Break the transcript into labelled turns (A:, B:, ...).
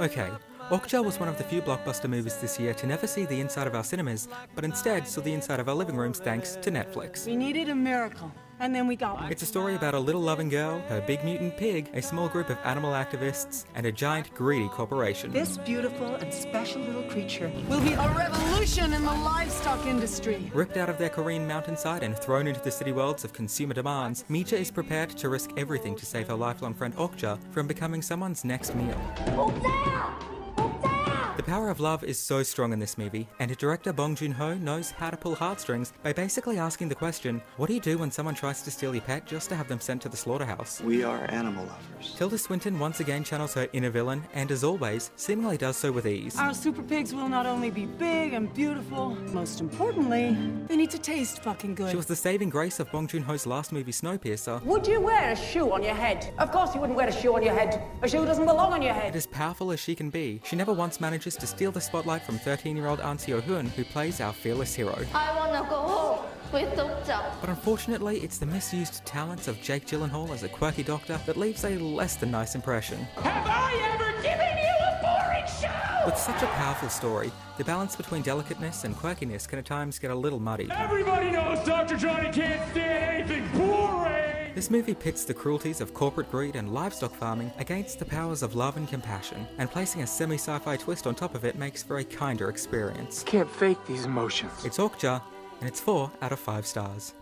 A: Okay, Okja was one of the few blockbuster movies this year to never see the inside of our cinemas, but instead saw the inside of our living rooms thanks to Netflix.
B: We needed a miracle, and then we got one.
A: It's a story about a little loving girl, her big mutant pig, a small group of animal activists, and a giant greedy corporation.
B: This beautiful and special little creature will be a revolution in the livestock industry.
A: Ripped out of their Korean mountainside and thrown into the city worlds of consumer demands, Mija is prepared to risk everything to save her lifelong friend Okja from becoming someone's next meal. The power of love is so strong in this movie, and director Bong Joon Ho knows how to pull heartstrings by basically asking the question what do you do when someone tries to steal your pet just to have them sent to the slaughterhouse?
C: We are animal lovers.
A: Tilda Swinton once again channels her inner villain, and as always, seemingly does so with ease.
B: Our super pigs will not only be big and beautiful, most importantly, they need to taste fucking good.
A: She was the saving grace of Bong Joon Ho's last movie, Snowpiercer.
D: Would you wear a shoe on your head? Of course you wouldn't wear a shoe on your head. A shoe doesn't belong on your
A: And
D: head.
A: as powerful as she can be, she never once manages to steal the spotlight from 13 year old Ahn Seo Hoon, who plays our fearless hero.
E: I wanna go home with Dokja.
A: But unfortunately, it's the misused talents of Jake Gyllenhaal as a quirky doctor that leaves a less than nice impression.
F: Have I ever given you a boring show?
A: With such a powerful story, the balance between delicateness and quirkiness can at times get a little muddy.
F: Everybody knows Dr. Johnny can't stand anything boring.
A: This movie pits the cruelties of corporate greed and livestock farming against the powers of love and compassion, and placing a semi sci fi twist on top of it makes for a kinder experience.
G: Can't fake these emotions.
A: It's Okja, and it's 4 out of 5 stars.